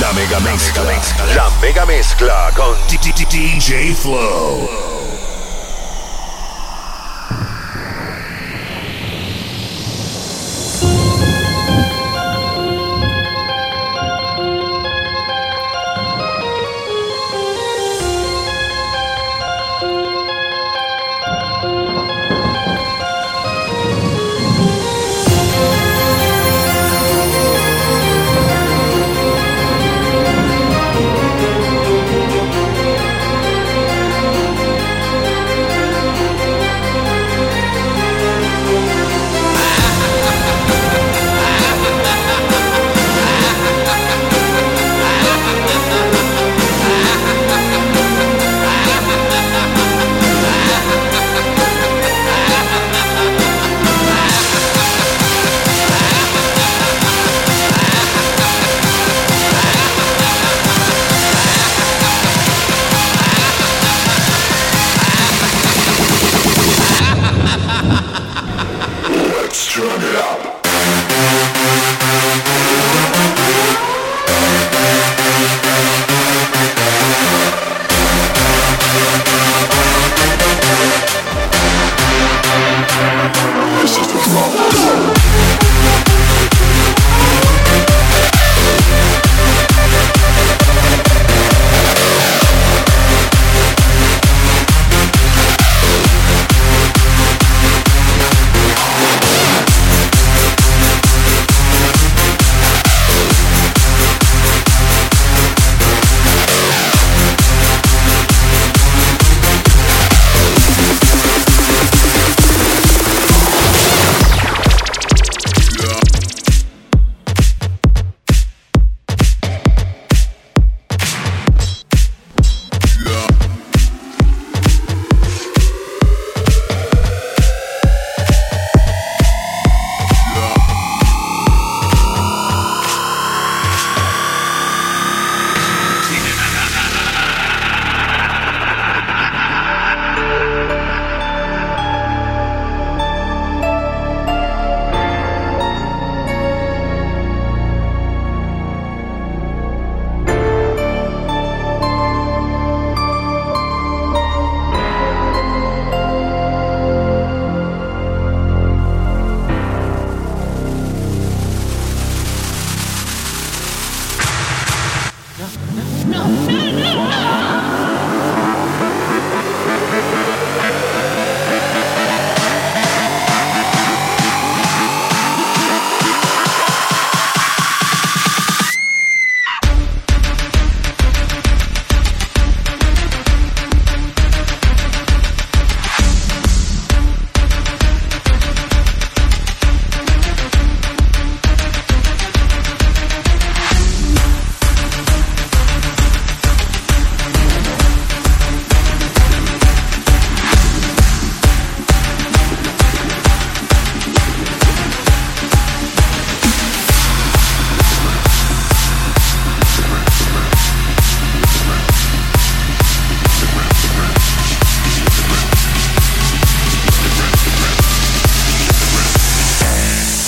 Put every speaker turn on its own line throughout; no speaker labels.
La mega mezcla. La mega mezcla con D- D- D- DJ Flow. Let's turn it up. This is the flow.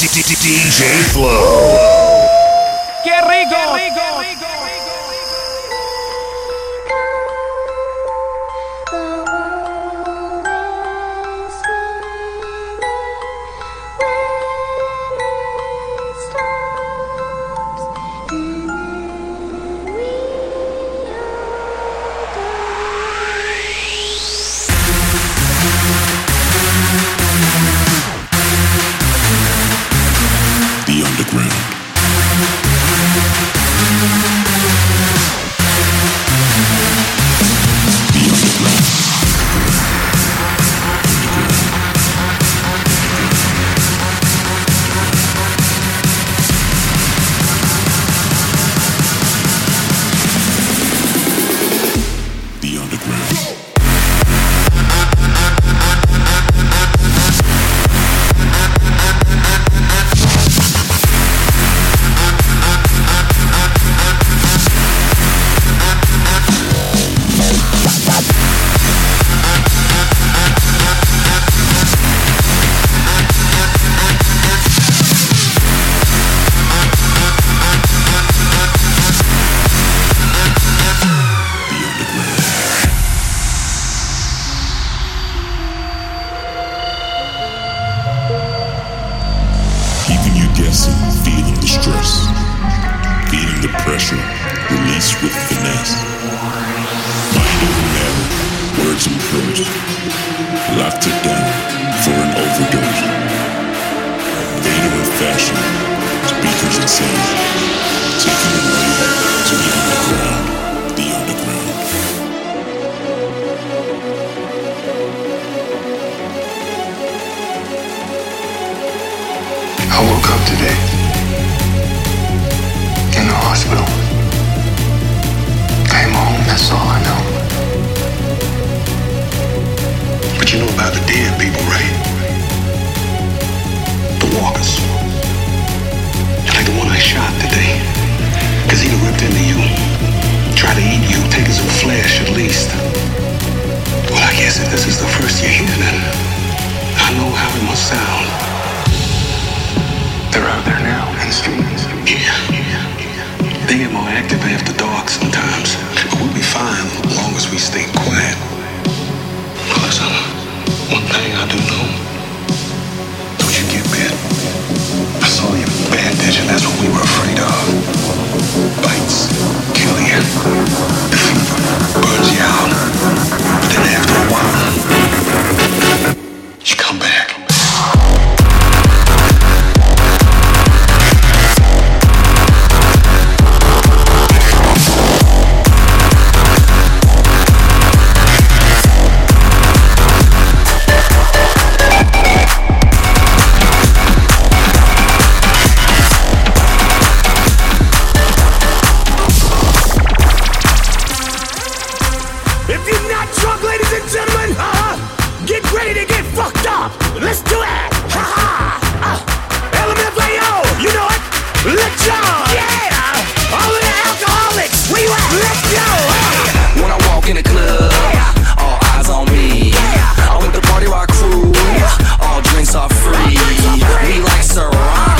D- D- D- DJ Flow.
¡Qué rico!
The world is spinning when it stops, and then we are gone.
The Underground. Locked it down for an overdose. Vader of fashion, speakers insane. Taking it away to the underground, the underground.
I woke up today in the hospital. Came home, that's all I know. But you know about the dead people, right? The walkers. Like the one I shot today. Cause he done ripped into you. Try to eat you, taking some flesh at least. Well, I guess if this is the first you're hearing it, I know how it must sound. They're out there now in the streets. Yeah. They get more active after dark sometimes. But we'll be fine as long as we stay quiet. Listen, one thing I do know. Don't you get bit. I saw you bandage and that's what we were afraid of. Bites kill you. The fever burns you out. But then after a while, you come back.
If you're not drunk, ladies and gentlemen, uh-huh, get ready to get fucked up. Let's do it. Ha-ha. Uh, LMFAO, you know it. Let's go. Yeah. All of the alcoholics, where you at? Let's go. Uh-huh.
When I walk in the club, all eyes on me. I'm with the party rock crew. All drinks are free. We like Ciroc.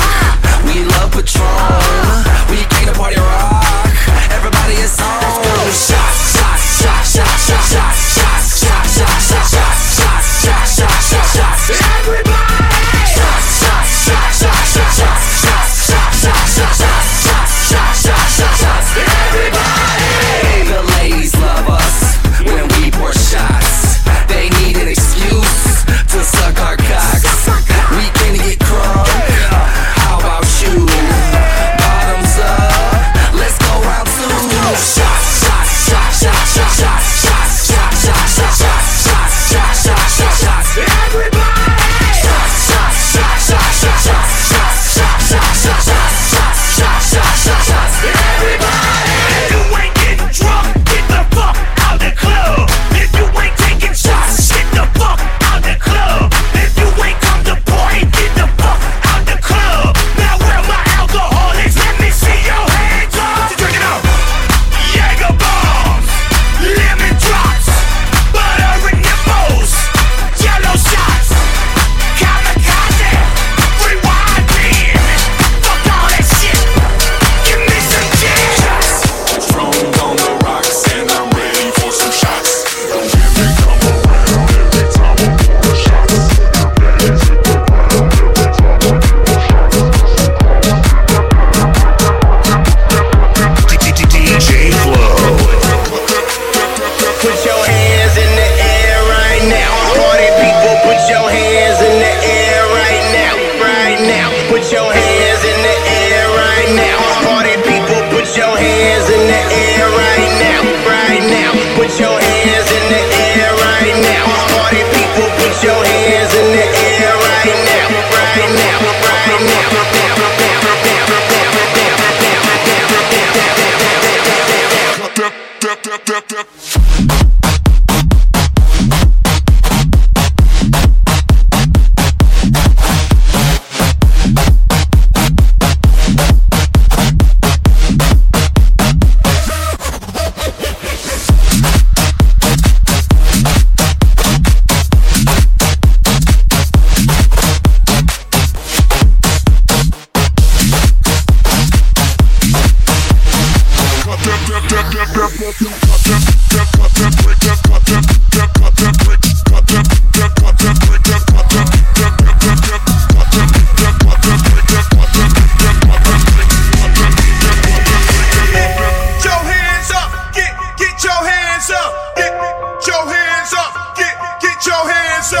We love Patron. We came to party rock. Everybody is on. Shot, shot, shot, shot, shot, shot, shot, shot, shot, shot, shot, shot, shot, shot, shot, shot, shot. Shot, shot, shot, shot, shot, shot, shot, shot, shot, shot, shot, shot, shot, shot, shot, shot. Hey, the ladies love us when we pour shots. They need an excuse to suck our cocks. We can get crunk. How about you? Bottoms up. Let's go round two. Shot, shot, shot, shot, shot, shot, shot, shot, shot, shot, shot, shot, shot, shot, shot, shot. Shot, shot, shot, shot, shot, shot, shot, shot, shot, shot, shot, shot, shot, shot, shot, shot.
If you ain't getting drunk, get the fuck out the club. If you ain't taking shots, get the fuck out the club. If you ain't come to party, get the fuck out the club. Now where are my alcoholics? Let me see your hands up. Drink it up. Jaeger bombs, lemon drops, butter and nipples, yellow shots, kamikaze, rewinding. Fuck all that shit. Give me some jazz.
Drunk on the rocks and I'm ready for some shots.
DJ Flow.
Put your hands in the air right now. Party people, put your hands in the air right now. Right now. Put your hands in the air right now. Party people, put your hands in the air right now. Right now. Put your hands in the air right now. Party people, put your hands in the air right now. Right now. Right now.
Get your hands up, get, get your hands up, get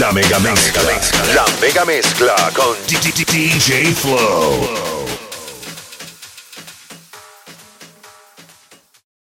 La mega mezcla, la mega mezcla con DJ Flow.